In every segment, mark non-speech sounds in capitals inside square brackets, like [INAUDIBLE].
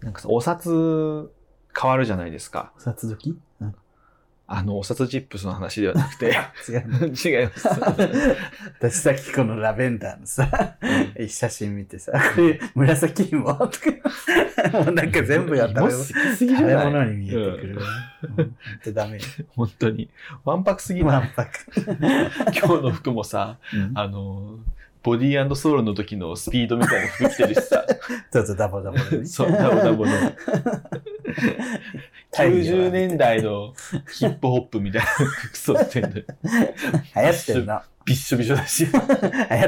なんかさ、お札変わるじゃないですか。お札時、うん、あの、お札チップスの話ではなく [LAUGHS] て。違う。違います。私さっきこのラベンダー [LAUGHS] のさ、写真見てさ、これ紫芋とか、 [LAUGHS] もう [LAUGHS] なんか全部やったもうら好き食すぎじゃべない物に見えてくる。うん、ほんとダメよ。本当に。わんぱくすぎわない。んぱく。今日の服もさ、あの、ボディソウルの時のスピードみたいな服着てるし [LAUGHS] さ。ちょっとダボダボでね。そう、ダボダボの。太陽90年代のヒップホップみたいな服装してんの [LAUGHS] よ。 [LAUGHS] 流行ってんの。びっしょびしょだし。 [LAUGHS] 流行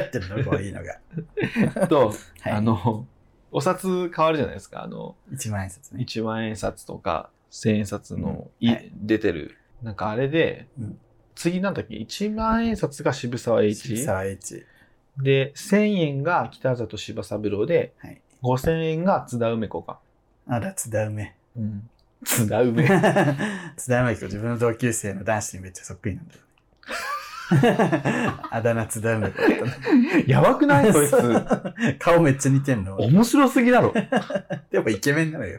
ってんの、こういうのが。と、はい、あの、お札変わるじゃないですか。あの、一万円札ね。 1万円札とか1000円札のい、はい出てる。なんかあれで、うん次なんだっけ ?1 万円札が渋沢栄一。沢栄一。で、1000円が北里柴三郎で、はい5000円が津田梅子か。あら、津田梅。 [LAUGHS] 津田梅。津田梅子、自分の同級生の男子にめっちゃそっくりなん [LAUGHS] だよね。あだ名津田梅子だったね。やばく [LAUGHS] ないそいつ。顔めっちゃ似てんの。面白すぎ [LAUGHS] だろ。やっぱイケメンなのよ。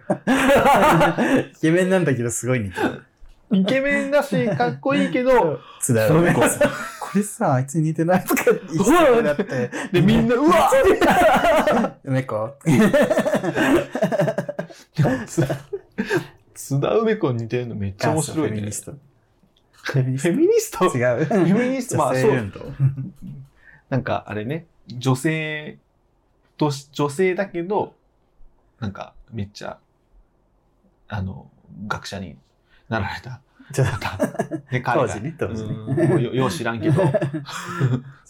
イケメンなんだけどすごい似てる。イケメンだし、かっこいいけど、津田梅子そうそ。これさ、あいつ似てないとか言ってだって。で、み [LAUGHS] んな、うわ梅子 [LAUGHS] 津津田梅子に似てるのめっちゃ面白いフェミね [LAUGHS] ニ。スト。フェミニフスェミニストトフ違う。ェミニス [LAUGHS] ト、ま女あ性そう。運動。なんかあれね、女性とし、女性だけど、なんかめっちゃ、あの、学者になられた。ちょっと方ね、当時ね、当時ね。うんもうよよう知らんけ [LAUGHS] ど。女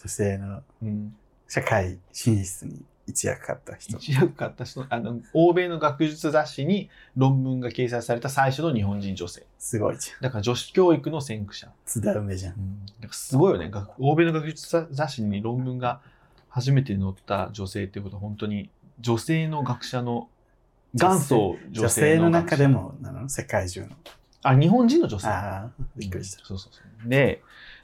性のうん社会進出に一役買った人。一躍買った人、あの、欧米の学術雑誌に論文が掲載された最初の日本人女性。すごいじゃん。だから女子教育の先駆者。津田梅じゃん。なんかすごいよね。学欧米の学術雑誌に論文が初めて載った女性ってことは本当に女性の学者の元祖女女性性のの中学者でもなの世界中の。あ、日本人の女性。ああ、びっくりした。そうそうそう。で、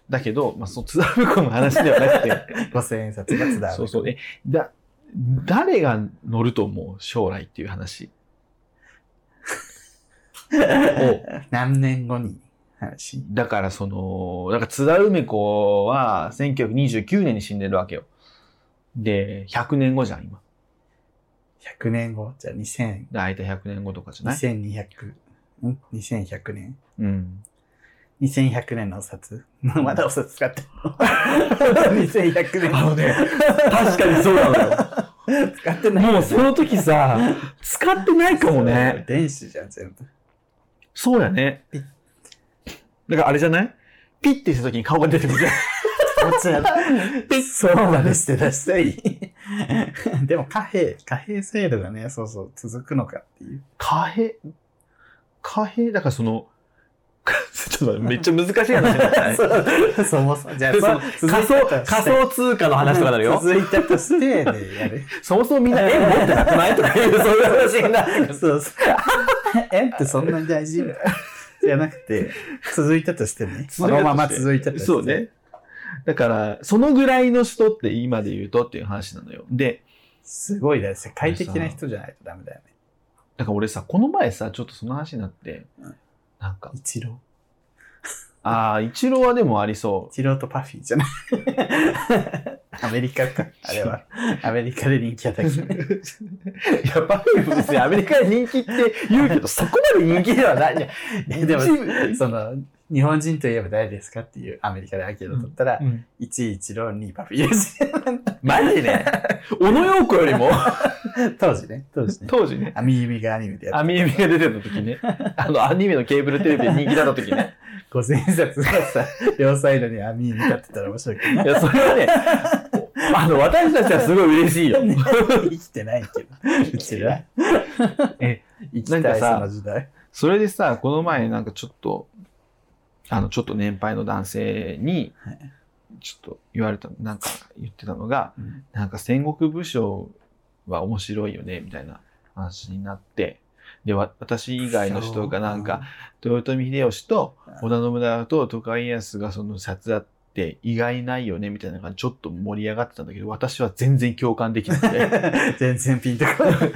だけど、まあ、その津田梅子の話ではなく [LAUGHS] て、五千円札が津田梅。そうそう。え、だ、誰が乗ると思う将来っていう [LAUGHS] 話。お何年後に話。だからその、だから津田梅子は1929年に死んでるわけよ。で、100年後じゃん、今。 100年後じゃあ2000、だいたい100年後とかじゃない2200、ん ?2100 年うん。 2100年のお札 [LAUGHS] まだお札使ってるの [LAUGHS] ?2100 年。あのね、確かにそうなのよ。 [LAUGHS] 使ってない。もうその時さ、使ってないかもね。電子じゃん、全 [LAUGHS] 部。そうやね。だからあれじゃないピッてした時に顔が出てくる。こちらそうまでして出したい。 [LAUGHS] でも貨幣、貨幣制度がね、そうそう、続くのかっていう。貨幣貨幣だからその、 [LAUGHS] ちょっと待って、めっちゃ難しい話になった [LAUGHS] ねそうそもそも。じゃ [LAUGHS] あ、でそのそう続いたとして仮想通貨の話とかなるよ。続いたとして、ね、やる。そもそもみんな円持ってなくないとかいう、そういう話になる。そうそう。 [LAUGHS] 円ってそんなに大事じゃなくて、続いたとしてね。そ続いたとしてのまま続いたとして。そう。ね。だから、そのぐらいの人って今で言うとっていう話なのよ。で、すごいだよ。世界的な人じゃないとダメだよね。だから俺さ、この前さ、ちょっとその話になってうん、なんか、一郎。ああ、一郎はでもあり [LAUGHS] そう。一郎とパフィーじゃない。 [LAUGHS] アメリカか。あれは。アメリカで人気やったけど。いや、パフュームですね、アメリカで人気って言うけど、そこまで人気ではない。いやえでも一部その、日本人といえば誰ですかっていうアメリカでアンケート取ったら、うん1位一郎、2位パフィーです。 [LAUGHS] マジね。小野洋子よりも、当時ね、当時ね。当時ね、アミユミがアニメでやアってミエミが出てた時ね、あの、アニメのケーブルテレビで人気だった時ね。た、5000円札がさ、両サイドにアミユミ立ってたら面白いけどいね。や、それはね、あの、私たちはすごい嬉しいよ。生きてないけど。生きてない。え、生きなんたかいさその時代。それでさ、この前なんかちょっと、あの、ちょっと年配の男性には、ちょっと言われた、なんか言ってたのが、うんなんか戦国武将は面白いよね、みたいな話になって、で、わ私以外の人がなんか、豊臣秀吉と織田信長と徳川家康がその殺って意外ないよねみたいな感じでちょっと盛り上がってたんだけど私は全然共感できなくて全然ピンとこない。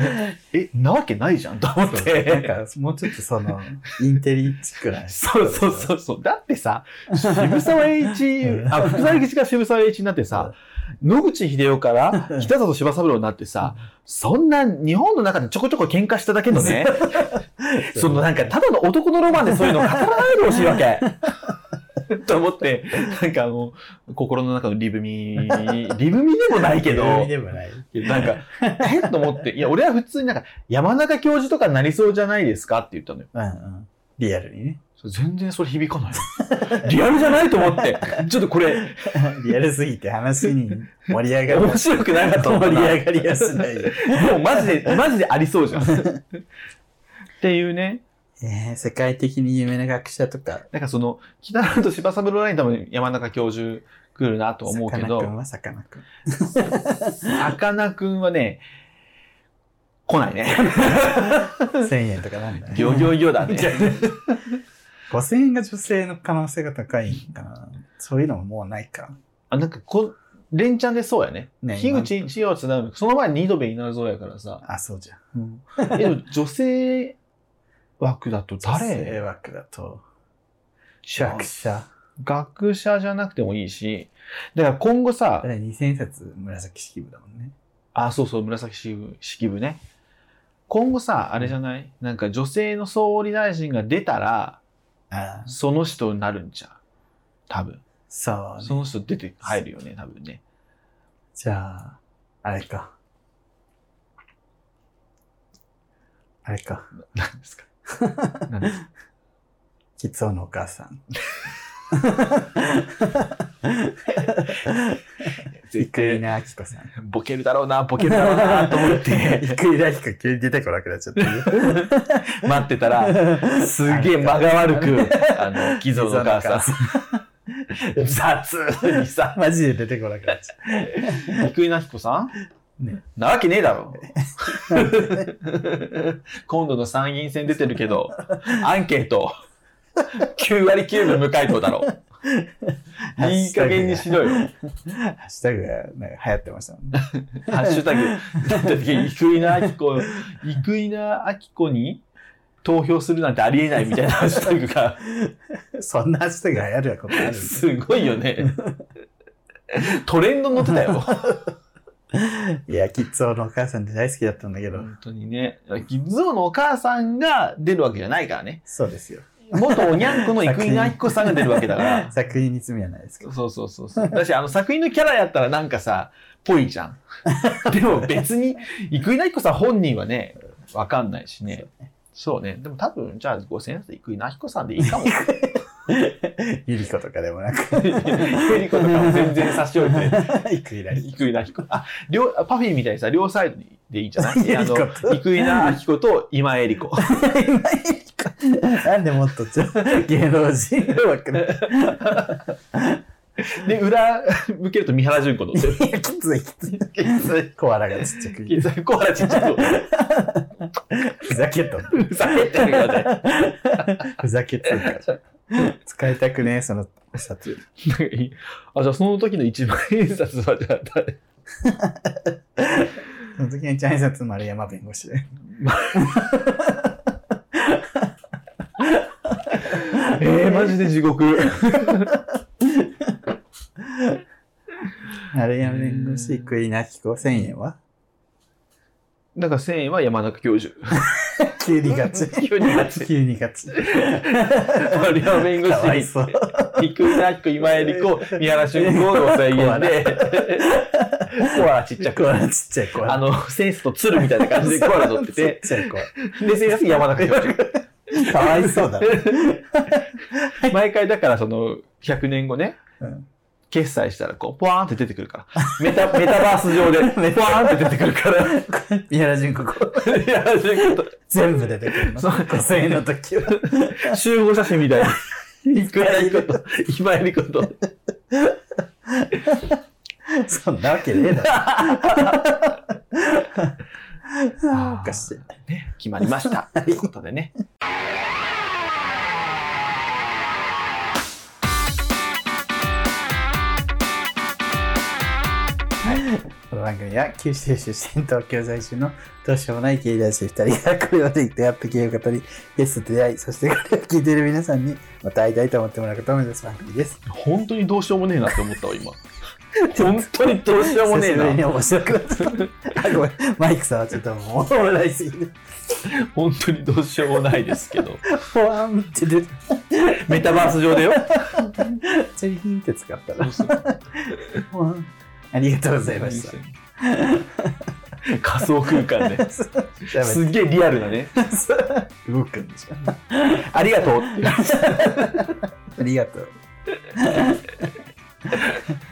えなわけないじゃんと思っ [LAUGHS] なんて。か、もうちょっとその、インテリチックな。そうそうそうそう。だってさ、渋沢栄一う、んあ、福沢諭吉が渋沢栄一になってさ、野口英世から北里柴三郎になってさ、そんな日本の中でちょこちょこ喧嘩しただけのね、そのなんか、ただの男のロマンでそういうのを語らないでほしいわけ。 [LAUGHS] と思って、なんかあの、心の中のリブミ、リブミでもないけど、意味でもない。なん [LAUGHS] か、えっと思って、いや、俺は普通になんか、山中教授とかになりそうじゃないですかって言ったのよ。うんうん。リアルにね。 [LAUGHS] それ全然それ響かないよ。 [LAUGHS] リアルじゃないと思って、ちょっとこれ、リアルすぎて話に盛り上がる。面白くなかったのか盛りな上がりやすない。もうマジで、マジでありそうじゃん。っていうね。えー世界的に有名な学者とか、なんかその、北原と柴三郎ライン多分山中教授来るなとは思うけさかなクンど、はさかなクン。さかなクンはね、来ないね。 [LAUGHS] 1000円とかなんだね。ギョギョギョ [LAUGHS] だね。 5000円が女性の可能性が高いんかな。そういうのももうないか。あ、なんかこ、連チャンでそうやね。ね樋口一葉つなぐ。その前に二度目稲造やから [LAUGHS] さ。あ、そうじゃん。うん、え、でも女性枠だと女性誰枠だと、学者。学者じゃなくてもいいし。だから今後ださか、ら2000冊紫式部だもんね。あ、そうそう、紫式部式部ね。今後さ、あれじゃないなんか女性の総理大臣が出たら、ああ、その人になるんちゃう多分。そうねその人出て入るよね、多分 [LAUGHS] ね。じゃあ、あれか。あれか。何ですか何 [LAUGHS] ですかキツオのお母さん。イ絶クイ対、ナアキコ [LAUGHS] さん。ボケるだろうな、ボケるだろうな、と思っ [LAUGHS] て、イクイナアキコ急に出てこなくなっち [LAUGHS] ゃったよ。待ってたら、すげえ間が悪 [LAUGHS] く、あの、貴族のお母さん、雑にさ、マジで出てこなくなっちゃった。生稲彦さん、ねなわけねえだろ。 [LAUGHS] 今度の参議院選出てるけど、アンケート、9割9分無回答だろ。いい加減にしろよ。ハッシュタグがなんか流行ってましたもんね。ハッシュタグ、だって生稲晃子、生稲晃子に投票するなんてありえないみたいなハッシュタグが、 [LAUGHS] そんなハッシュタグ流行るよことあるすごいよね。トレンドに乗ってたよ。いや、キッズオのお母さんって大好きだったんだけど、本当にね。ギズオのお母さんが出るわけじゃないからね。そうですよ。元おにゃんこの生稲晃子さんが出るわけだから。作品に罪はないですけど。そうそうそうそう。だし、あの作品のキャラやったらなんかさ、ぽいじゃん。でも別に、生稲晃子さん本人はね、わかんないしね。そうね。でも多分、じゃあ5000円で生稲晃子さんでいいかも。ゆり子とかでもなく。ゆり子とかも全然差し置いて。イク [LAUGHS] イナアキコ生稲晃子。あ、両、パフィーみたいにさ、両サイドでいいんじゃ [LAUGHS] ないゆあり子のと、生稲晃子と今江理 [LAUGHS] 子。なんでもっとちょ芸能人枠なので、裏向けると三原 [LAUGHS] 淳子の。いやきついきつい。コアラがちっちゃくきついコアラちっちゃ [LAUGHS] いと。ふざけとんふざけてるよね。ふざけついから。使いたくねえ、そのお札。なんかいいあ、じゃあその時の一番印刷はじゃあ誰その時にチャイ札丸山弁護士で。えー、マジで地獄。丸山弁護士、イクイナアキコ1000円はなんか1000円は山中 [LAUGHS] 教授。急にガチ。 [LAUGHS] 急に勝ち。 [LAUGHS] 急にガチ。丸山弁護かわい士、そう。生稲晃子、今江理子、三原俊子の5000円で、 [LAUGHS] コアラちっちゃく。コアラちっちゃいコアラ。あの、センスと鶴みたいな感じでコアラ取ってて、ちっちゃいコアで、センス [LAUGHS] 山中教授。ラ。かわいそうだな。毎回だからその100年後ね、うん決済したらこうポワーンって出てくるからメタ [LAUGHS] メタバース上でポワーンって出てくる [LAUGHS] から三原淳子、こういやそういうこ全部出てくるの。そう5000円の時は。と集合写真みたいにいくらいいこと今いることそんなわけねえだろ。おかしい。ね決まりましたということでね番組は九州出身東京在住のどうしようもない芸大生2人がこれまで出会った芸を語りゲストと出会いそしてこれを聞いている皆さんにまた会いたいと思ってもらうことを目指す番組です本当にどうしようもねえなって思ったわ、今。 [LAUGHS] 本当にどうしようもねえ久しぶりにな。面白くなったあごめんマイクさんはちょっともう笑いすぎて [LAUGHS] 本当にどうしようもないですけど。ポワンって出てメタバース上でよ。チリヒンって使ったらポワン [LAUGHS] ありがとうございました仮想空間で。すすげえリアルなね。動くんでしょ [LAUGHS] ありがとうっていう。ありがとう。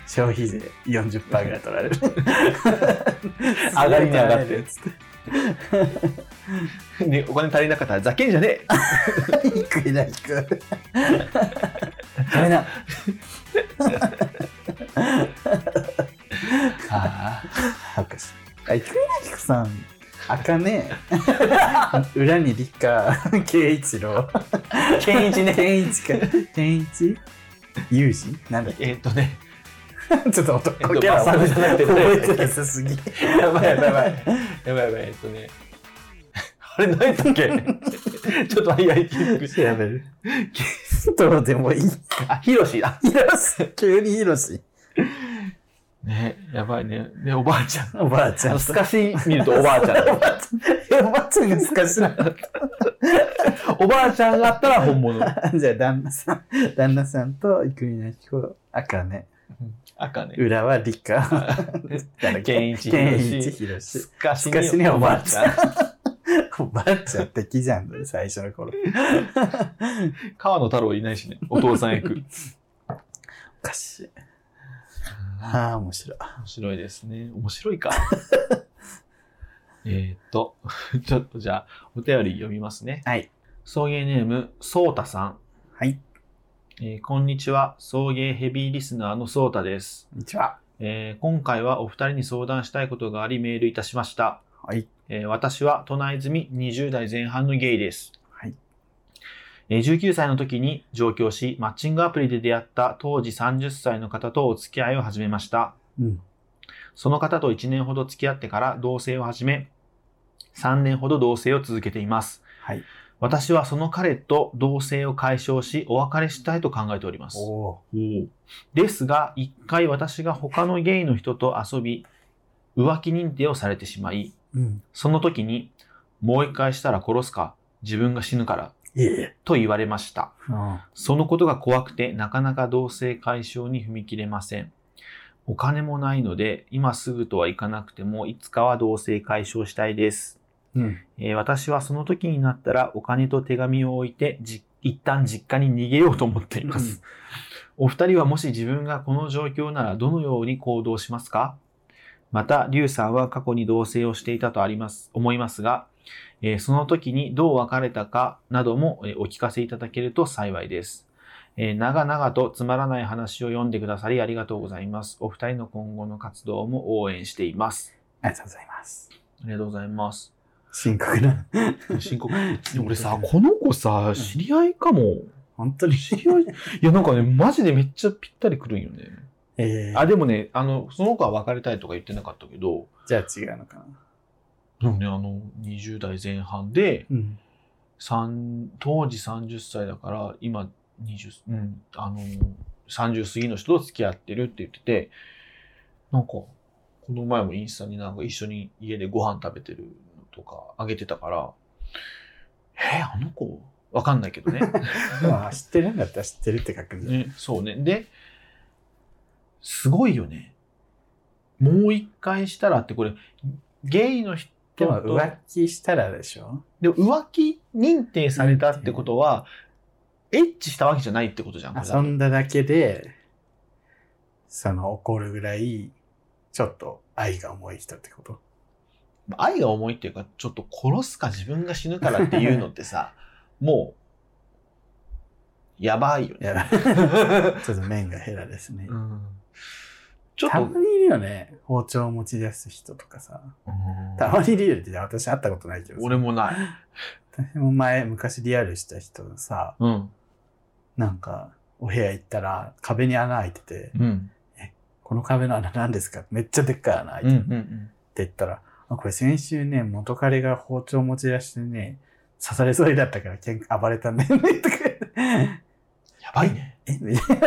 消費税40%ぐらい取られる。 [LAUGHS] 上がりに上が [LAUGHS] ってるつって。ね、お金足りなかったらざけんじゃねえ。低いな、低い。ダメな。はかし。あ、低いな、低さん。あかねえ。裏に理科、圭一郎。健一ね。健一か。健一ユージなんだっ [LAUGHS] えーっとね、けちょっと男キえャっラとバサブじゃなくて覚えてなさすぎ。やばいやばいやばい。やばいやばい、えっとね。 [LAUGHS] あれ、何だっけ [LAUGHS] ちょっとあいやいキックして。調べる。どうでもいい。あ、ヒロシだ。ヒロシ。急にヒロシ。ね、やばいね。ね、おばあちゃん。おばあちあゃん。の、すかし見るとおばあちゃん。えおばあちゃんがすかしなの。おばあちゃんがあったら本 [LAUGHS] 物。じゃあ、旦那さん。旦那さんと、生稲彦、赤ね。赤ね。裏は理科。健一健ヒロ一シヒロシす。かしすかしにおばあちゃん。おばあちゃん敵じゃん、最初の頃。川野太郎いないしね。お父さん役。面おかしい。ああ、面白い。白いですね。面白いか。 [LAUGHS] えーっと、 [LAUGHS] ちょっとじゃあ、お便り読みますね。はい。送迎ネーム、そうたさん。はい。えーこんにちは。送迎ヘビーリスナーのそうたです。こんにちは。えー今回はお二人に相談したいことがありメールいたしました。はい。えー私は都内住み20代前半のゲイです。はいえー19歳の時に上京し、マッチングアプリで出会った当時30歳の方とお付き合いを始めました。うん。その方と1年ほど付き合ってから同棲を始め、3年ほど同棲を続けています。はい。私はその彼と同棲を解消し、お別れしたいと考えております。おですが、一回私が他のゲイの人と遊び、浮気認定をされてしまい、うん。その時に、もう一回したら殺すか、自分が死ぬから、いえいえ。と言われました。うん。そのことが怖くて、なかなか同性解消に踏み切れません。お金もないので、今すぐとはいかなくても、いつかは同性解消したいです。うん。えー私はその時になったら、お金と手紙を置いて、じ一旦実家に逃げようと思っています。お二人はもし自分がこの状況ならどのように行動しますかまた、リュウさんは過去に同棲をしていたとあります、思いますが、えーその時にどう別れたかなども、えーお聞かせいただけると幸いです。えー長々とつまらない話を読んでくださりありがとうございます。お二人の今後の活動も応援しています。ありがとうございます。ありがとうございます。深刻な。深刻。俺さ、この子さ、知り合いかも。本当に。知り合い、い [LAUGHS] やなんかね、マジでめっちゃぴったりくるんよね。ええあ、でもね、あの、その子は別れたいとか言ってなかったけど、じゃあ違うのかな。でもね、あの、20代前半で、うん。三当時30歳だから、今、20、うん、あの、30過ぎの人と付き合ってるって言ってて、なんか、この前もインスタになんか一緒に家でご飯食べてるのとかあげてたから、えーあの子わかんないけ [LAUGHS] どね。まあ、知ってるんだったら知ってるって書くんじゃないね、そうね。で、すごいよね。もう一回したらって、これ、ゲイの人でと、も浮気したらでしょでも浮気認定されたってことは、エッチしたわけじゃないってことじゃん。これだと遊んだだけで、その怒るぐらい、ちょっと愛が重い人ってこと愛が重いっていうか、ちょっと殺すか自分が死ぬからっていうのってさ、 [LAUGHS] もう、やばいよ [LAUGHS] いね。 [LAUGHS] や、ちょっと面がヘラですね。ちょったと、まにいるよね。包丁を持ち出す人とかさ。うんたまにいるよって私会ったことないけどさ俺もない。私も前、昔リアルした人さ、うん。なんか、お部屋行ったら壁に穴開いてて、うん。この壁の穴何ですかめっちゃでっかい穴開いてうんるうってん言ったら、あこれ先週ね、元彼が包丁持ち出してね、刺されそうになったから喧嘩暴れたんだよね、とか言って。やばいね。え [LAUGHS] みたい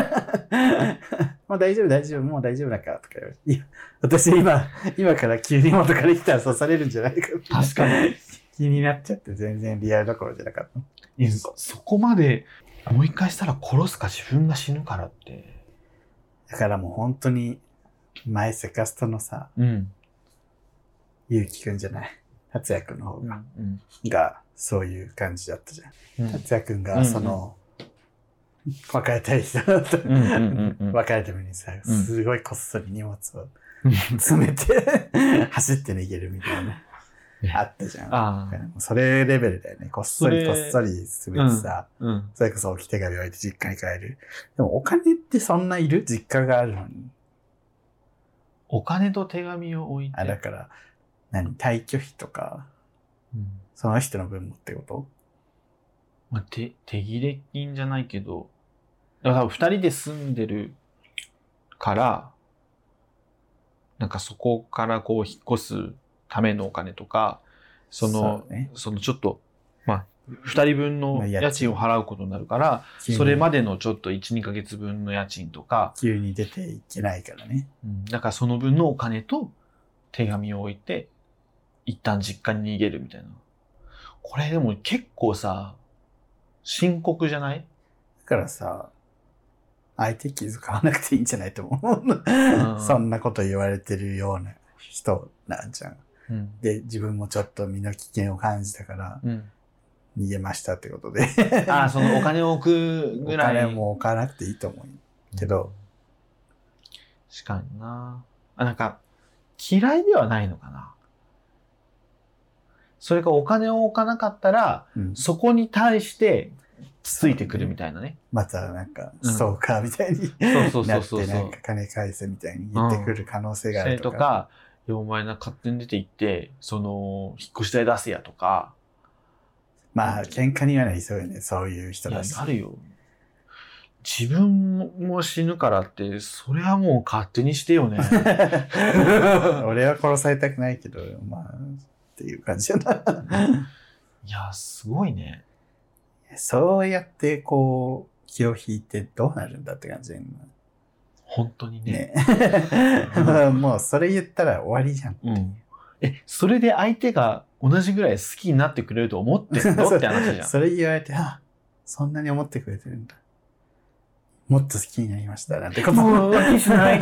なまあ大丈夫大丈夫、もう大丈夫だからとか言われて。いや、私今、今から急に元から来たら刺されるんじゃないかみたいな確かに。気になっちゃって全然リアルどころじゃなかった。いやそそこまで、もう一回したら殺すか自分が死ぬからって。だからもう本当に、前セカストのさ、うん。ゆうきくんじゃない。達也くんの方うん。うが、ん。が、そういう感じだったじゃん。うん。達也くんうんうが、んその、別れたい人だった。うんうん [LAUGHS] うんうん別れたのにさ、うんすごいこっそり荷物をうん詰めて、 [LAUGHS] 走って逃げるみたいなね。あったじゃん。ああ。それレベルだよね。こっそりそこれっそり進めてさ、うん。それこそ置き手紙置いて実家に帰る。でもお金ってそんないる実家があるのに。お金と手紙を置いて。あ、だから、何退去費とか、うんその人の分もってことまあ、手、手切れ金じゃないけど、だから多分二人で住んでるから、なんかそこからこう引っ越すためのお金とか、その、そうねそのちょっと、まあ、二人分まのあ家賃家賃を払うことになるから、それまでのちょっと1、2ヶ月分の家賃とか、急に出ていけないからね。うんだからその分のお金と手紙を置いて、一旦実家に逃げるみたいな。これでも結構さ、深刻じゃないだからさ、相手気遣わなくていいんじゃないと思んう。そんなこと言われてるような人なんじゃん。うん。で、自分もちょっと身の危険を感じたから、うん。逃げましたってことで。ああ、そのお金を置くぐおらい。金も置かなくていいと思うよ。けど。しかにな。あ、なんか、嫌いではないのかな。それかお金を置かなかったら、うんそこに対して、つついてくるみたいなね。またなんか、うんストーカーみたいにそうそなうっそうそうて、なんか金返せみたいに言ってくる可能性があるととか。か、いやお前な勝手に出て行って、その、引っ越し代出せやとか、まあ、喧嘩にはなりそうよね、そういう人いやだし。なるよ。自分も死ぬからって、それはもう勝手にしてよ [LAUGHS] ね。 [LAUGHS] 俺は殺されたくないけど、まあ、っていう感じだな。いや、すごいね。そうやって、こう、気を引いてどうなるんだって感じだよ本当にね。ね。う [LAUGHS] もう、それ言ったら終わりじゃん。うん。え、それで相手が同じぐらい好きになってくれると思 [LAUGHS] ってんのって話じゃん。それ言われて、あ、そんなに思ってくれてるんだ。もっと好きになりました。なんてこと。もう浮気しない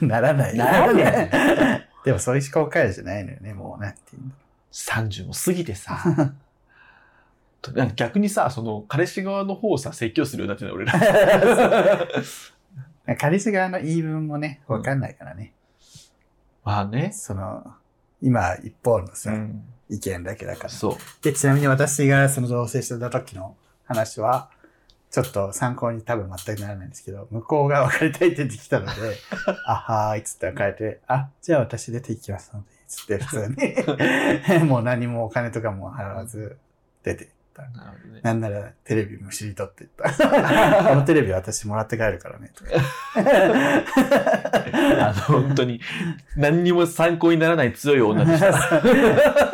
[LAUGHS] ならない。ならないい。でもそういう思考回路じゃないのよね、もう。なんていうんだ30も過ぎて [LAUGHS] さ。となんか逆にさ、その彼氏側の方をさ、説教するようになってない俺ら。 [LAUGHS] ろう。彼氏側の言い分もね、わかんないからね。まあね。その、今、一方のさ、ん。意見だけだから。そう。で、ちなみに私がその同棲してた時の話は、ちょっと参考に多分全くならないんですけど、向こうが別れたいって言ってきたので、あはーいっつって別れて、あ、じゃあ私出て行きますので、つって普通に、もう何もお金とかも払わず出て行った。なるほどね。なんならテレビむしり取っていった。このテレビ私もらって帰るからね、とか。あの、本当に、何にも参考にならない強い女 [LAUGHS] でした。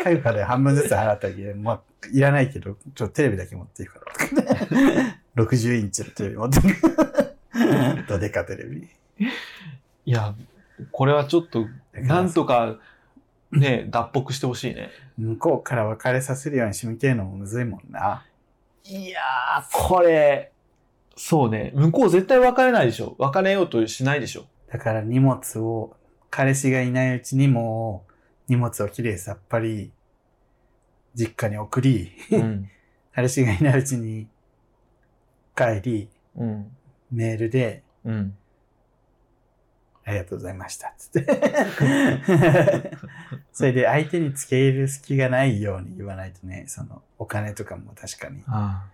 会話で半分ずつ払ったけど、まあ、いらないけど、ちょっとテレビだけ持っていくから [LAUGHS] とかね。60インチのテレビ持っていく。ドデカテレビ。いや、これはちょっと、なんとか、ね、脱北してほしいね。向こうから別れさせるように仕向けるのもむずいもんな。いやー、これ、そうね。向こう絶対別れないでしょ。別れようとしないで [LAUGHS] しょ。だから荷物を、彼氏がいないうちにもう、荷物をきれいさっぱり、実家に送り、うん。彼氏がいないうちに帰り、うん。メールで、うん。ありがとうございました。つって。それで相手につけ入る隙がないように言わないとね、そのお金とかも確かに、あ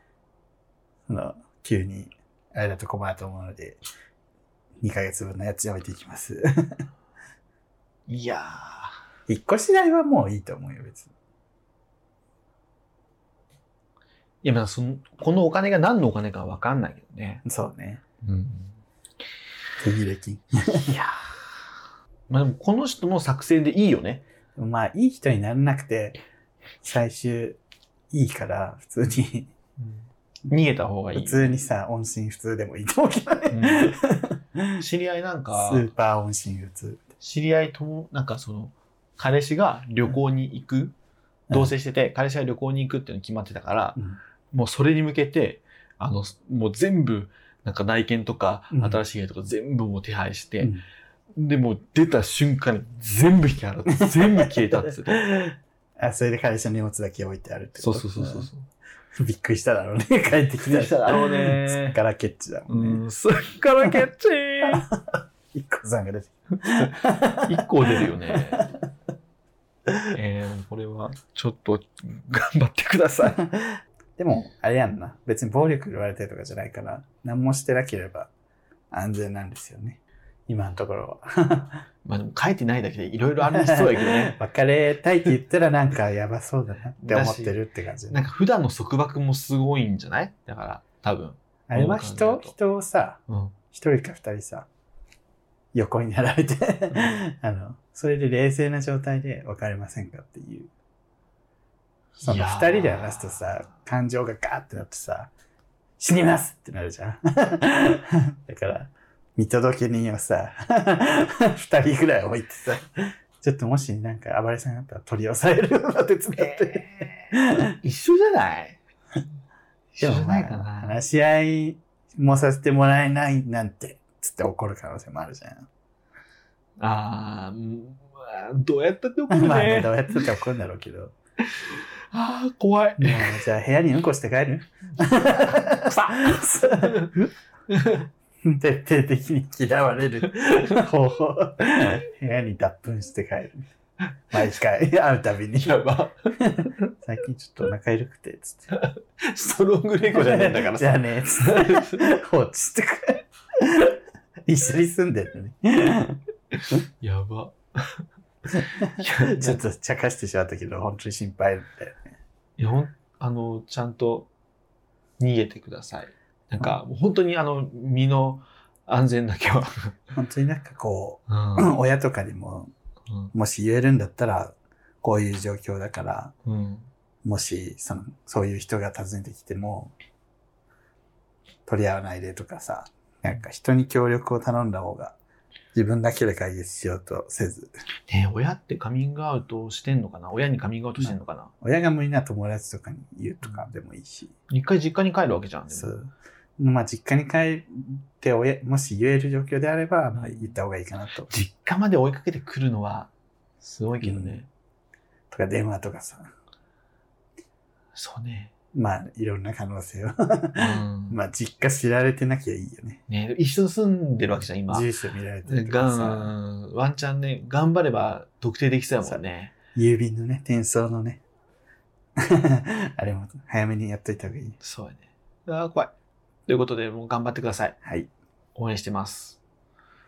その急に、あれだと困ると思うので、2ヶ月分のやつやめていきます。いや引っ越し代はもういいと思うよ、別に。ー。いや、まあ、その、このお金が何のお金かわかんないけどね。そうね。うん。手切れ金。いやーまあでもこの人の作戦でいいよね。まあ、いい人にならなくて、最終、いいから、普通に、逃げた方がい普い。通にさ、音信不通でもいいと思うけどね。うん知り合いなんスか、ーパー音信不通。知り合いとも、なんかその、彼氏が旅行に行く、同棲してて、彼氏が旅行に行くっていうの決まってたから、うんもうそれに向けて、あの、もう全部、なんか内見とか、うん新しい家とか全部もう手配して、うんで、もう出た瞬間に全部引き払って、全部消えたっつって。 [LAUGHS] あ、それで会社の荷物だけ置いてあるっ [LAUGHS] てそこうとそうそうそう。そううんびっくりした [LAUGHS] だろうね。帰ってきたら。だろうすっね。からケッチだもんね。うん、すっからけっちー。一個さんが出てき [LAUGHS] 一個出るよね。 [LAUGHS] えー、これは、ちょっと、頑張ってくだ [LAUGHS] さい。でも、あれやんな。別に暴力言われてるとかじゃないから、何もしてなければ安全なんですよね。今のところは。まあでも書いてないだけでいろいろありそうやけど [LAUGHS] ね。 [LAUGHS] 別れたいって言ったらなんかやばそうだなって思ってるって感じ。なんか普段の束縛もすごいんじゃないだから、多分。あれどはう人考える、と人をさ、うん。一人か二人さ、横に並べて、あの、それで冷静な状態で別れませんかっていう。そいのやー二人で話すとさ、感情がガーってなってさ、死にますってなるじ [LAUGHS] ゃん。だから、見届け人をさ、 [LAUGHS] 二人ぐらい置いてさ、ちょっともしなんか暴れさんだったら取り押さえるの手伝って。 [LAUGHS] 一緒じゃない一 [LAUGHS] で緒じもゃまないあかな。話し合いもさせてもらえないなんて、つって怒る可能性もあるじゃ [LAUGHS] ん。あーうんまあ、どうやったって怒る [LAUGHS] まあね、ね。どうやってって怒るんだろうけど。ああ、怖い。 [LAUGHS] もうじゃあ部屋にうんこして帰る徹底的に嫌われる方法。部屋に脱粉して帰る。毎回会うたびに。やば。最近ちょっとお腹緩くて、つって。ストロングレコじゃねえんだからじ [LAUGHS] ゃさ。あね、つって。放置して帰る。一緒に住んでるのやば。に。ちょっと茶化してしまったけど、本当に心配だよね。 [LAUGHS] いや、ほん、あの、ちゃんと逃げてください。なんか、もう本当にあの、身の安全だけは。本当になんかこうう、ん親とかにも、もし言えるんだったら、こういう状況だから、うん。もし、その、そういう人が訪ねてきても、取り合わないでとかさ、なんか人に協力を頼んだ方が、自分だけで解決しようとせず、 [LAUGHS] ねえ親ってカミングアウトしてんのかな親にカミングアウトしてんのかな親が無理な友達とかに言うとかでもいいし、一回実家に帰るわけじゃん。でもそう。まあ、実家に帰って親、もし言える状況であれば、まあ、言った方がいいかなと。実家まで追いかけてくるのは、すごいけどね。とか、電話とかさ、そうね。まあ、いろんな可能性を。う [LAUGHS] ん。まあ、実家知られてなきゃいいよね。 [LAUGHS] ね一緒に住んでるわけじゃん、今。住所見られてるとがかさ、ん、ワンチャンね、頑張れば特定できそうやもんね。郵便のね、転送のね、 [LAUGHS] あれも早めにやっといた方がいい。そうやね。ああ、怖い。ということで、もう頑張ってください。はい。応援してます。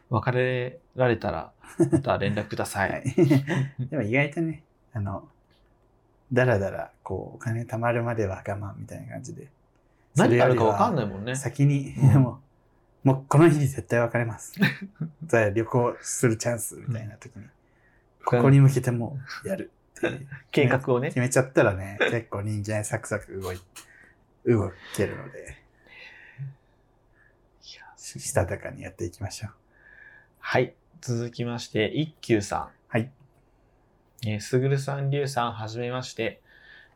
別れられたら、また連絡くださ。[LAUGHS] はいい。でも意外とね、あの、だらだら、こう、お金貯まるまでは我慢みたいな感じで。何があるか分かんい。ないもんね。先に、うんもう、もうこの日に絶対別れます。じゃあ旅行するチャンスみたいな時に、ここに向けてもうやるっていう。計画をね決。めちゃったらね、結構人間サクサク動い、動けるので、いやしたたかにやっていきましょう。はい。続きまして、一休さん。はい。えーすぐるさん、りゅうさん、はじめまして。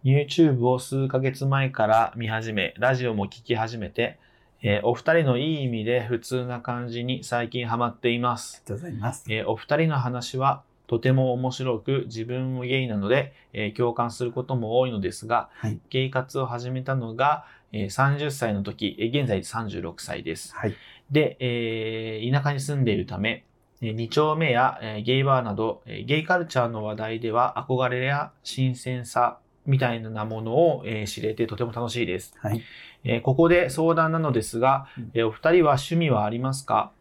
YouTube を数ヶ月前から見始め、ラジオも聞き始めて、えーお二人のいい意味で普通な感じに最近ハマっていますあり。がとうございます。えーお二人の話はとても面白く自分もゲイなので、えー共感することも多いのですが、はいゲイ活を始めたのが、えー30歳の時、えー現在36歳です。はい。で、えー田舎に住んでいるため、え2丁目や、えーゲイバーなど、えーゲイカルチャーの話題では憧れや新鮮さみたいなものを、えー知れてとても楽しいです、はいえーここで相談なのですがうん、えーお二人は趣味はありますか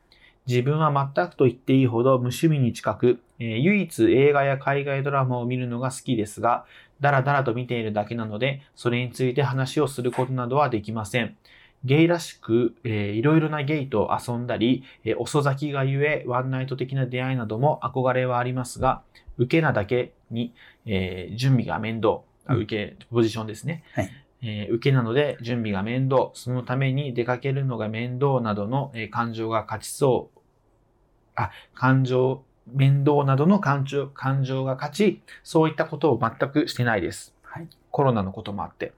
自分は全くと言っていいほど無趣味に近く、えー唯一映画や海外ドラマを見るのが好きですが、だらだらと見ているだけなので、それについて話をすることなどはできません。ゲイらしく、えーいろいろなゲイと遊んだり、えー遅咲きがゆえワンナイト的な出会いなども憧れはありますが、受けなだけに、えー準備が面倒。あうん受け、ポジションですね。はいえー受けなので準備が面倒。そのために出かけるのが面倒などの、えー感情が勝ちそう。あ、感情、面倒などの感情感情が勝ち、そういったことを全くしてないです。はいコロナのこともあって。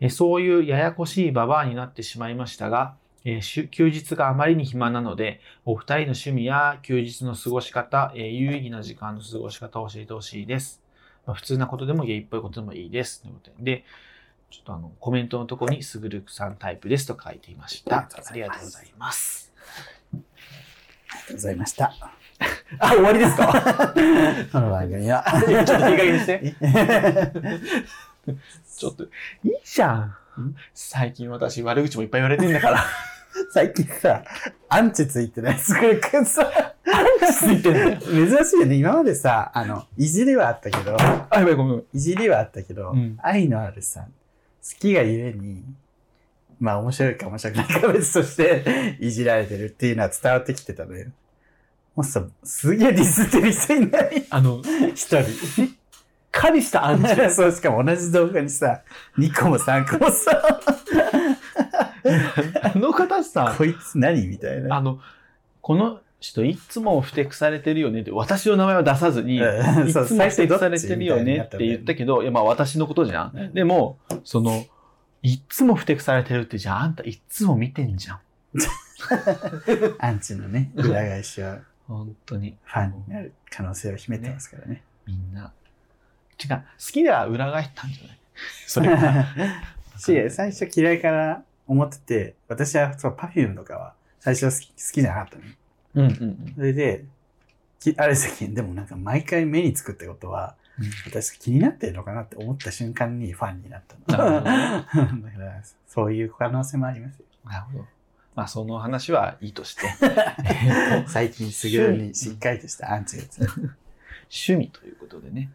えーそういうややこしいババアになってしまいましたが、えーしゅ休日があまりに暇なので、お二人の趣味や休日の過ごし方、えー有意義な時間の過ごし方を教えてほしいです。まあ、普通なことでもゲイっぽいことでもいいです。ということで、でちょっとあの、コメントのとこに、すぐるくさんタイプですと書いていました。あありりががととうごうござざいます。りがとうございました。 [LAUGHS] あ、終わりですか [LAUGHS] この番組は。ちょっといい加減にして。ちょっと、いいじゃんん。最近私悪口もいっぱい言われてんだから。 [LAUGHS] 最近さ、アンチついてないすごいくんさ、ついてんだよ。珍しいよね。今までさ、あの、いじりはあったけど、あ、やばい、ごめん。いじりはあったけど、うん愛のあるさ、好きがゆえに、まあ面白いか面白くないかは別として、 [LAUGHS] いじられてるっていうのは伝わってきてたのよ。もうさ、すげえディスってる人いないあの、一人。狩りしたアンチ。 [LAUGHS] そう、しかも同じ動画にさ、2個も3個もさ、あの方さ、こいつ何みたいな。あの、この人いつも不適されてるよねって、私の名前は出さずに、いうんつそもう不最適初どっちされてるよねって言ったけど、いや、まあ私のことじゃうんん。でも、その、いつも不適されてるって、じゃああんたいつも見てんじゃん。アンチのね、裏返しは本当に。ファンになる可能性を秘めてますからね。みんな。違う、好きでは裏返ったんじゃないそれが。 [LAUGHS] し、最初嫌いから思ってて、私はそう、パフュームとかは最初は好き好きじゃなかったのよ。うんうんうん。それで、きある時に、でもなんか毎回目につくってことは、私気になってるのかなって思った瞬間にファンになったの。だなるほど [LAUGHS] から、そういう可能性もありますよ。なるほど。まあ、その話はいいと [LAUGHS] して。 [LAUGHS] 最近すぐるにしっかりとしたアンチがついてる趣味ということでね。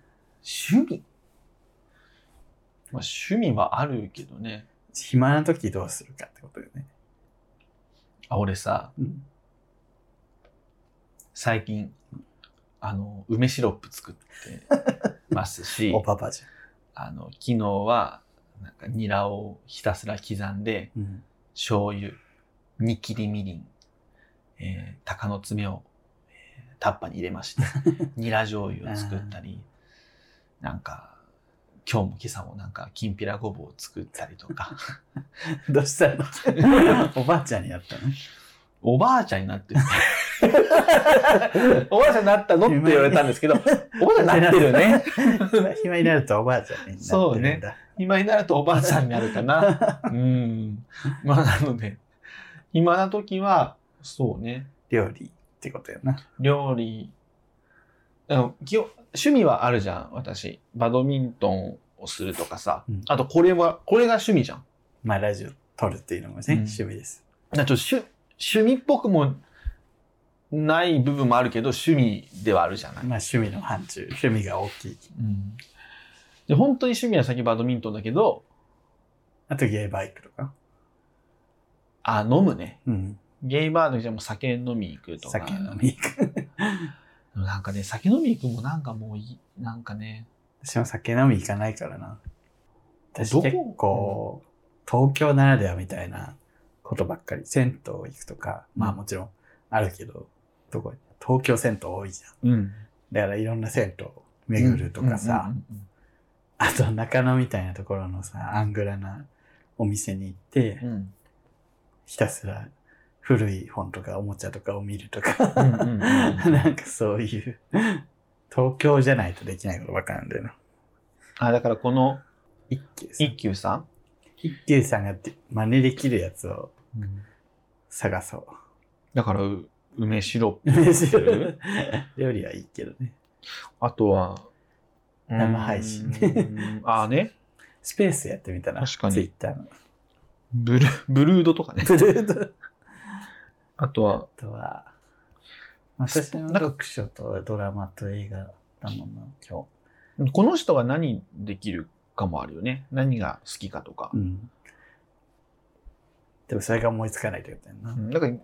趣味まあ、趣味はあるけどね。暇な時どうするかってことよね。あ、俺さ、うん最近、あの、梅シロップ作ってます [LAUGHS] しお、パパじあの、昨日は、なんか、ニラをひたすら刻んで、ゃん。うん醤油、煮切りみりん、えー、鷹の爪を、えータッパに入れま [LAUGHS] して、ニラ醤油を作ったり、なんか、今日も今朝もなんか、きんぴらごぼうを作ったりとか、どうし [LAUGHS] たのおばあちゃんにやったのおばあちゃんになってる。おばあちゃんになったのって言われたんですけど、おばあちゃんになってるね。暇になるとおばあちゃんになってるんだ。そうね [LAUGHS] 今になるとおばあちゃんになるか [LAUGHS] な。うん。まあ、なので、今の時は、そうね、料理ってことやな。料理、あの基本趣味はあるじゃん、私。バドミントンをするとかさ。うんあと、これは、これが趣味じゃん。まあ、ラジオ撮るっていうのもね、うん趣味です。なんかちょっと趣趣味っぽくもない部分もあるけど、趣味ではあるじゃない。まあ、趣味の範疇、趣味が大きい。うんで本当に趣味は先バドミントンだけど、あと、ゲイバイクとか。あ、飲むね。うん。ゲイバーの時はもう酒飲み行くとか。酒飲み行く。なんかね、酒飲み行くもなんかもういい、なんかね、私も酒飲み行かないからな。私どこ結構、東京ならではみたいなことばっかり。銭湯行くとか、まあもちろんあるけど、どこ東京銭湯多いじゃん。うん。だからいろんな銭湯巡るとかさ、うんうんあと中野みたいなところのさ、アングラなお店に行ってう、んうん。ひたすら古い本とかおもちゃとかを見るとか、うんうんうん [LAUGHS] なんかそういう、東京じゃないとできないことばっかなんだよな。あ、だからこの、一休さん。一休さん、一休さんがで真似できるやつを探そう。だからう梅シロップる料理はいいけどね。あとは生配信うーんああねスペースやってみたら、確かにツイッターの。ブルブルードとかねブルードああとは [LAUGHS] とは、私の読書とドラマと映画だもんな、今この人が何できるかもあるよね何が好きかとか日。うん。でもそれが思いつかないということやんな。うんなんか、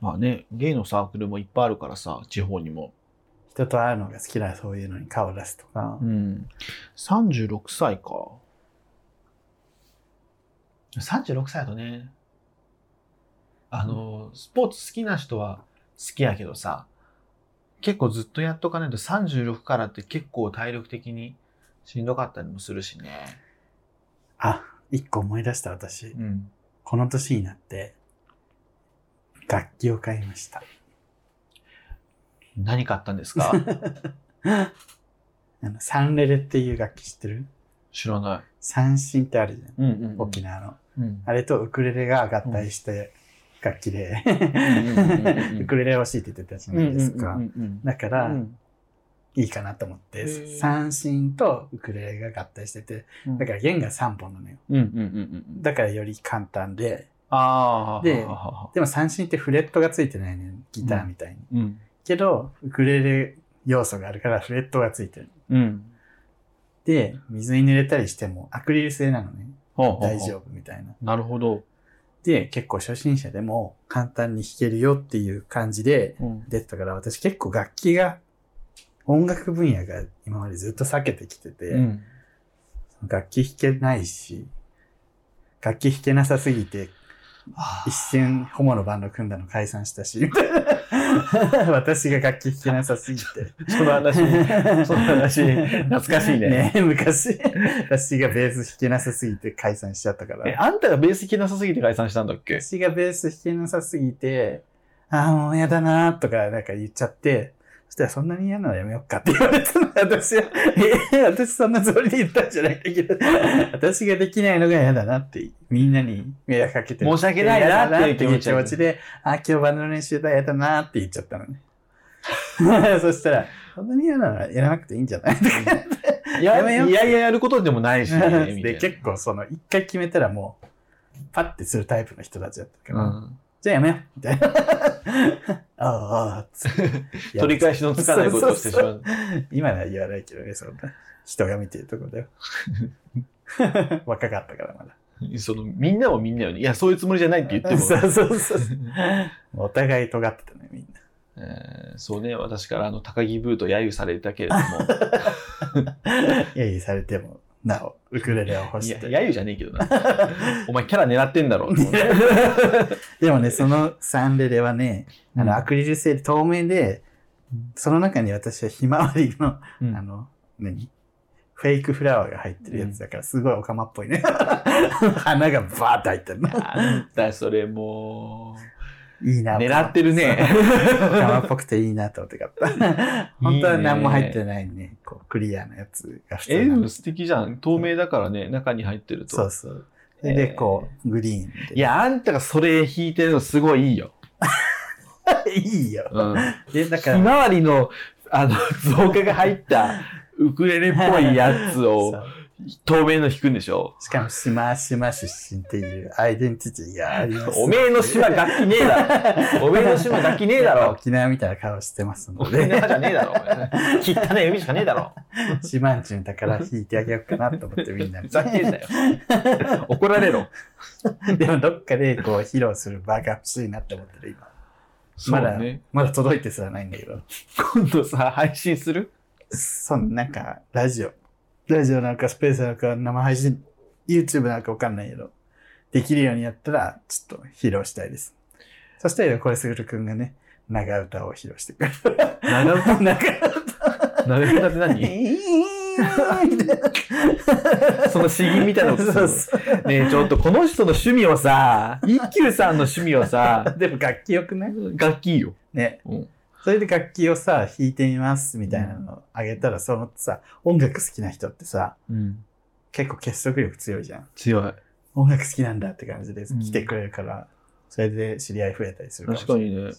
まあね、ゲイのサークルもいっぱいあるからさ、地方にも。人と会うのが好きなそういうのに顔を出すとかう、ん。36歳か。36歳だとね、あの、スポーツ好きな人は好きやけどさ、結構ずっとやっとかないと36からって結構体力的にしんどかったりもするしね。あ、一個思い出した私、うん。この年になって、楽器を買いました。何買ったんですか [LAUGHS] あのサンレレっていう楽器知ってる知らな三振ってあるじゃん。い。うんうん沖縄の。うんあれとウクレレが合体して楽器で、うんウクレレ欲しいって言ってたじゃないですか。うんうんうんだから、うんいいかなと思っへて、ー三振とウクレレが合体してて、うんだから弦が3本なのよ。うんうんうんうん。だからより簡単で、ああ。ではははでも三振ってフレットがついてないねギターみたいに。うん。けど、ウクレレ要素があるからフレットがついてる。うん。で、水に濡れたりしてもアクリル製なのね。ほうほうほう大丈夫みたいな。なるほど。で、結構初心者でも簡単に弾けるよっていう感じでうん。出てたから、私結構楽器が、音楽分野が今までずっと避けてきてて、うん楽器弾けないし、楽器弾けなさすぎて、一瞬ホモのバンド組んだの解散したし、 [LAUGHS] みたいな私が楽器弾けなさすぎて。その話、その話、 [LAUGHS] 懐かしいね。ね昔、私がベース弾けなさすぎて解散しちゃったかえ、ら。あんたがベース弾けなさすぎて解散したんだっ [LAUGHS] け私がベース弾けなさすぎて、ああ、もうやだなーとか、なんか言っちゃって、そしたらそんなに嫌なのやめよっかって言われたの。私は、え、私そんなつもりで言ったんじゃないんだけど、私ができないのが嫌だなって、みんなに迷惑かけてる申し訳ないなっていう気持ち気持ちで、あ、今日バンドの練習だ、やだなって言っちゃったのね。 [LAUGHS] そしたら、そんなに嫌ならやらなくていいんじゃないとか言っていややめよういやいややることでもないしね、みたいで、な結構その、一回決めたらもう、パッてするタイプの人たちだったから、うんじゃあやめようみたいな。 [LAUGHS] ああ、ああ、 [LAUGHS] つって取り返しのつかないことをしてしまう。今なら言わないけどね、そんな。人が見てるとこだよ。 [LAUGHS] 若かったからまだ。その、みんなもみんなよね。いや、そういうつもりじゃないって言っても。 [LAUGHS] そうそうそう。お互い尖ってたね、みんな。 [LAUGHS] えーそうね、私からあの、高木ブート揶揄されたけれど [LAUGHS] も。いやいや、されても、なお、ウクレレを欲いしや、て。揶揄じゃねえけどな。お前キャラ狙ってんだろ。 [LAUGHS] [LAUGHS] でもね、そのサンレレはね、あうんの、アクリル製で透明で、その中に私はひまわりの、うんあの、何フェイクフラワーが入ってるやつだから、すごいオカマっぽいね。 [LAUGHS] 花がバーって入ってるの。あんた、それも、いいうな。狙ってるね。オカマっぽくていいなと思って買 [LAUGHS] った。 [LAUGHS] 本当は何も入ってないね。こう、クリアなやつが普え、通でなもの。素敵じゃん。透明だからね、中に入ってると。そうそう。それで、こう、グリーンで。い、や、あんたがそれ弾いてるのすごいいいよ。いいよ。うん。で、 [LAUGHS] だひから、まわりの、あの、造花が入ったウクレレっぽいやつそを、う透明の弾くんでしょ。しかも、島島出身っていうアイデンティティがあります。おめえの島楽器ねえだ [LAUGHS] ろ。おめえの島楽器ねえだろ。沖縄みたいな顔してますの沖 [LAUGHS] で、縄じゃねえだろ。汚ねえ海しかねえだろ。 [LAUGHS] 島んちゅんだから弾いてあげようかなと思ってみんなふに。ざけんなよ。怒られろ。でもどっかでこう披露する場が欲しいなって思ってる今。まだ、そうね。まだ届いてすらないんだけど。今度さ、配信す [LAUGHS] るそんなんか、ラジオ。ラジオなんかスペースなんか生配信、YouTube なんかわかんないけど、できるようにやったら、ちょっと披露したいです。そしたら、これすぐるくんがね、長唄を披露してくれる。長唄 [LAUGHS] 長唄。なるほどって何その詩吟みたいなのを [LAUGHS] そうそうねえ、ちょっとこの人の趣味をさ、一休さんの趣味をさ、 [LAUGHS] でも楽器よくない楽器いいよ。ね。うんそれで楽器をさ、弾いてみますみたいなのをあげたら、そのさ、音楽好きな人ってさ、うん。結構結束力強いじゃん。強い。音楽好きなんだって感じでうん来てくれるから、それで知り合い増えたりするも確しかれないにね。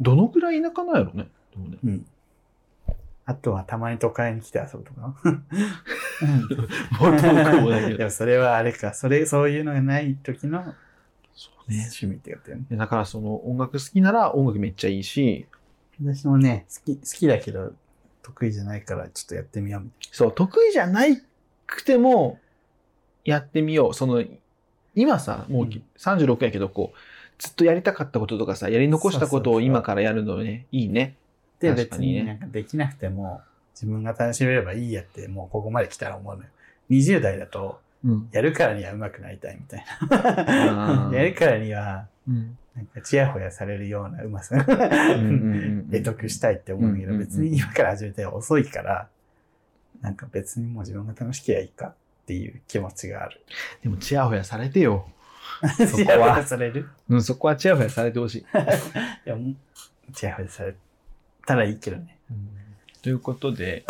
どのくらい田舎なんやろね。でもねうん。あとはたまに都会に来て遊ぶとか。もう遠くも [LAUGHS] ないけでど。もそれはあれか、それ、そういうのがない時のそうね。趣味ってことよね。だからその音楽好きなら音楽めっちゃいいし、私もね、好き、好きだけど、得意じゃないからちょっとやってみようみたいそう、得意じゃないくてもやってみよう。その、今さ、もううん36やけど、こう、ずっとやりたかったこととかさ、やり残したことそうをそうそう今からやるのね、いいね。で、確か別にねになんかできなくても、自分が楽しめればいいやって、もうここまで来たら思うのよ。20代だと、うん。やるからには上手くなりたいみたいあな。ー [LAUGHS] やるからには、うん。なんかチヤホヤされるようなうまさ。ん得得したいって思うんだけうんど、うんうん別に今から始めて遅いから、なんか別にもう自分が楽しきゃいいかっていう気持ちがある。でも、チヤホヤされてよ。そチこヤホ [LAUGHS] はヤ、されるうん、そこはチヤホヤされてほしい。いや、もうチヤホヤされたらいいけどね。ということで、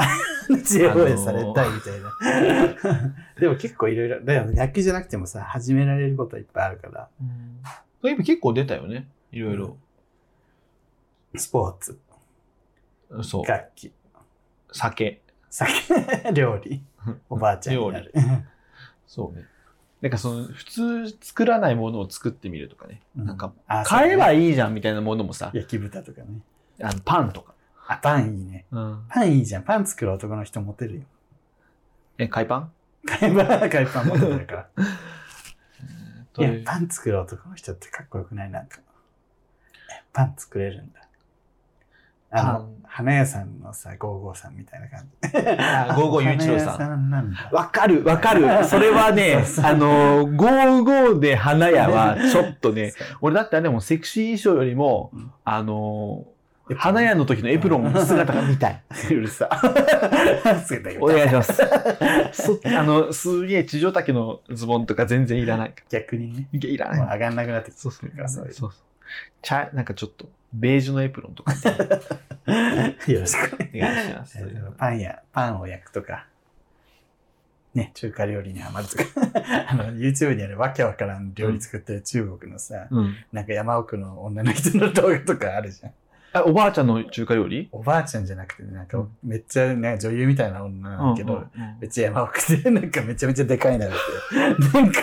チヤホヤされたいみたいな。でも結構いろいろ、だよね野球じゃなくてもさ、始められることはいっぱいあるから、今結構出たよね。いろいろ。スポーツ、そう。楽器、 [LAUGHS] [LAUGHS] 酒。酒、料理、おばあちゃんになる。そうね。なんかその、普通作らないものを作ってみるとかね。うなんか、あそうね買えばいいじゃんみたいなものもさ、焼き豚とかね。あのパンとか。あ、パンいいね。うん。パンいいじゃん。パン作る男の人モ [LAUGHS] テるよ。え、買いパン買えば買いパン持ってるかとら。いいう [LAUGHS] や、パン作る男の人ってかっこよくないなんか。えパン作れるんだ。あパのン、花屋さんのさ、55さんみたいな感じ。あゴーゴー雄一郎花屋さん。さんなんだ。わかる、わかる。 [LAUGHS] それはね、あの、ゴーゴーで花屋はちょっとね、そう俺だってあれもセクシー衣装よりもうん、あの、エプロン花屋の時のエプロンの姿が見たい。 [LAUGHS] うるさ。 [LAUGHS] すぐだおよ。願いします。そあの、すげえ地上丈のズボンとか全然いらない。逆にね、いやいらもうない。上がんなくなってきそうそう。なんかそういうそうそう。茶、なんかちょっと、ベージュのエプロンとかて。よろしくね。お願いし [LAUGHS] ます。パンや、パンを焼くとか、ね、中華料理にハマるとか、 [LAUGHS] あの、YouTube にあるわけわからん料理作ってる中国のさ、うん。なんか山奥の女の人の動画とかあるじゃん。あ、おばあちゃんの中華料理おばあちゃんじゃなくて、なんうかんめっちゃね、女優みたいな女なんだけど、うんうんめっちゃ山奥で、なんかめちゃめちゃでかいなって。なんか、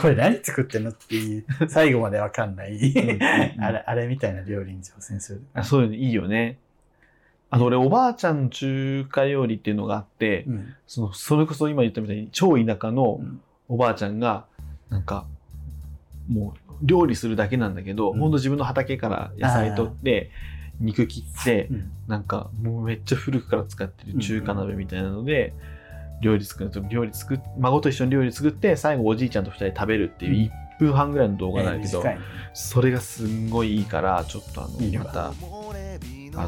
これ何作ってんのっていう、最後までわかんない、んあれ、あれみたいな料理に挑戦する。あそういうのいいよね。あの、俺、おばあちゃんの中華料理っていうのがあって、うん。その、それこそ今言ったみたいに、超田舎のうんおばあちゃんが、なんか、もう、料理するだけなんだけど、うんほんと自分の畑から野菜取って、肉切って、なんか、もうめっちゃ古くから使ってる中華鍋みたいなので、料理作ると、料理作っ、孫と一緒に料理作って、最後おじいちゃんと二人で食べるっていううん1分半ぐらいの動画なんだけど、短いねそれがすんごいいいから、ちょっとあの、いいよまた、あ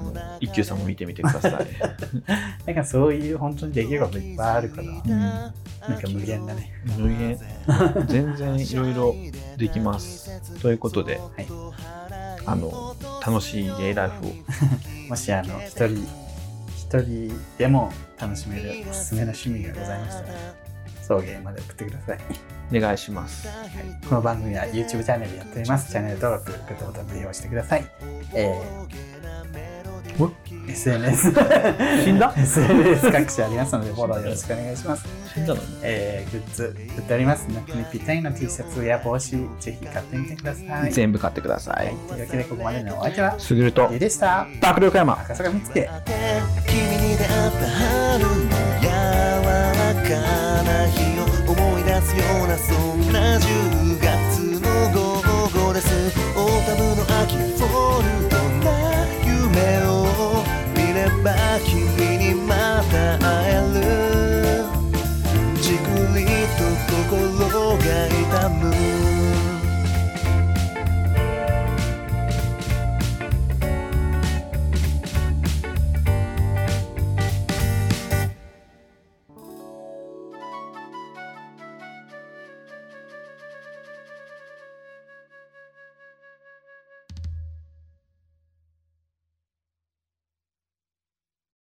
の、一休さんも見てみてくだ [LAUGHS] さい。なんかそういう本当にできることいっぱいあるから、うんなんか無限だね。無限。全然いろいろできます。ということで、はいあの、楽しいゲイライフを。もしあの、一人、一人でも楽しめるおすすめの趣味がございましたら、送迎まで送ってください。お願いします。はいこの番組は YouTube チャンネルやっております。チャンネル登録、グッドボタンで利用してください。えおいー、SNS、死 [LAUGHS] んだ SNS 各種ありますので、フォローよろしくお願いします。死んだのえー、グッズ売っております。中身ぴったりの T シャツや帽子、ぜひ買ってみてください。全部買ってくださはいい。、というわけでここまでのお相手は、すぐるとゆ、でした。爆力山。赤坂見つけ。君に出会った春の柔らかな日を思い出すようなそんな10月の午後ですオータムの秋フォルトな夢を見れば君にまた会えるじくりと心が痛む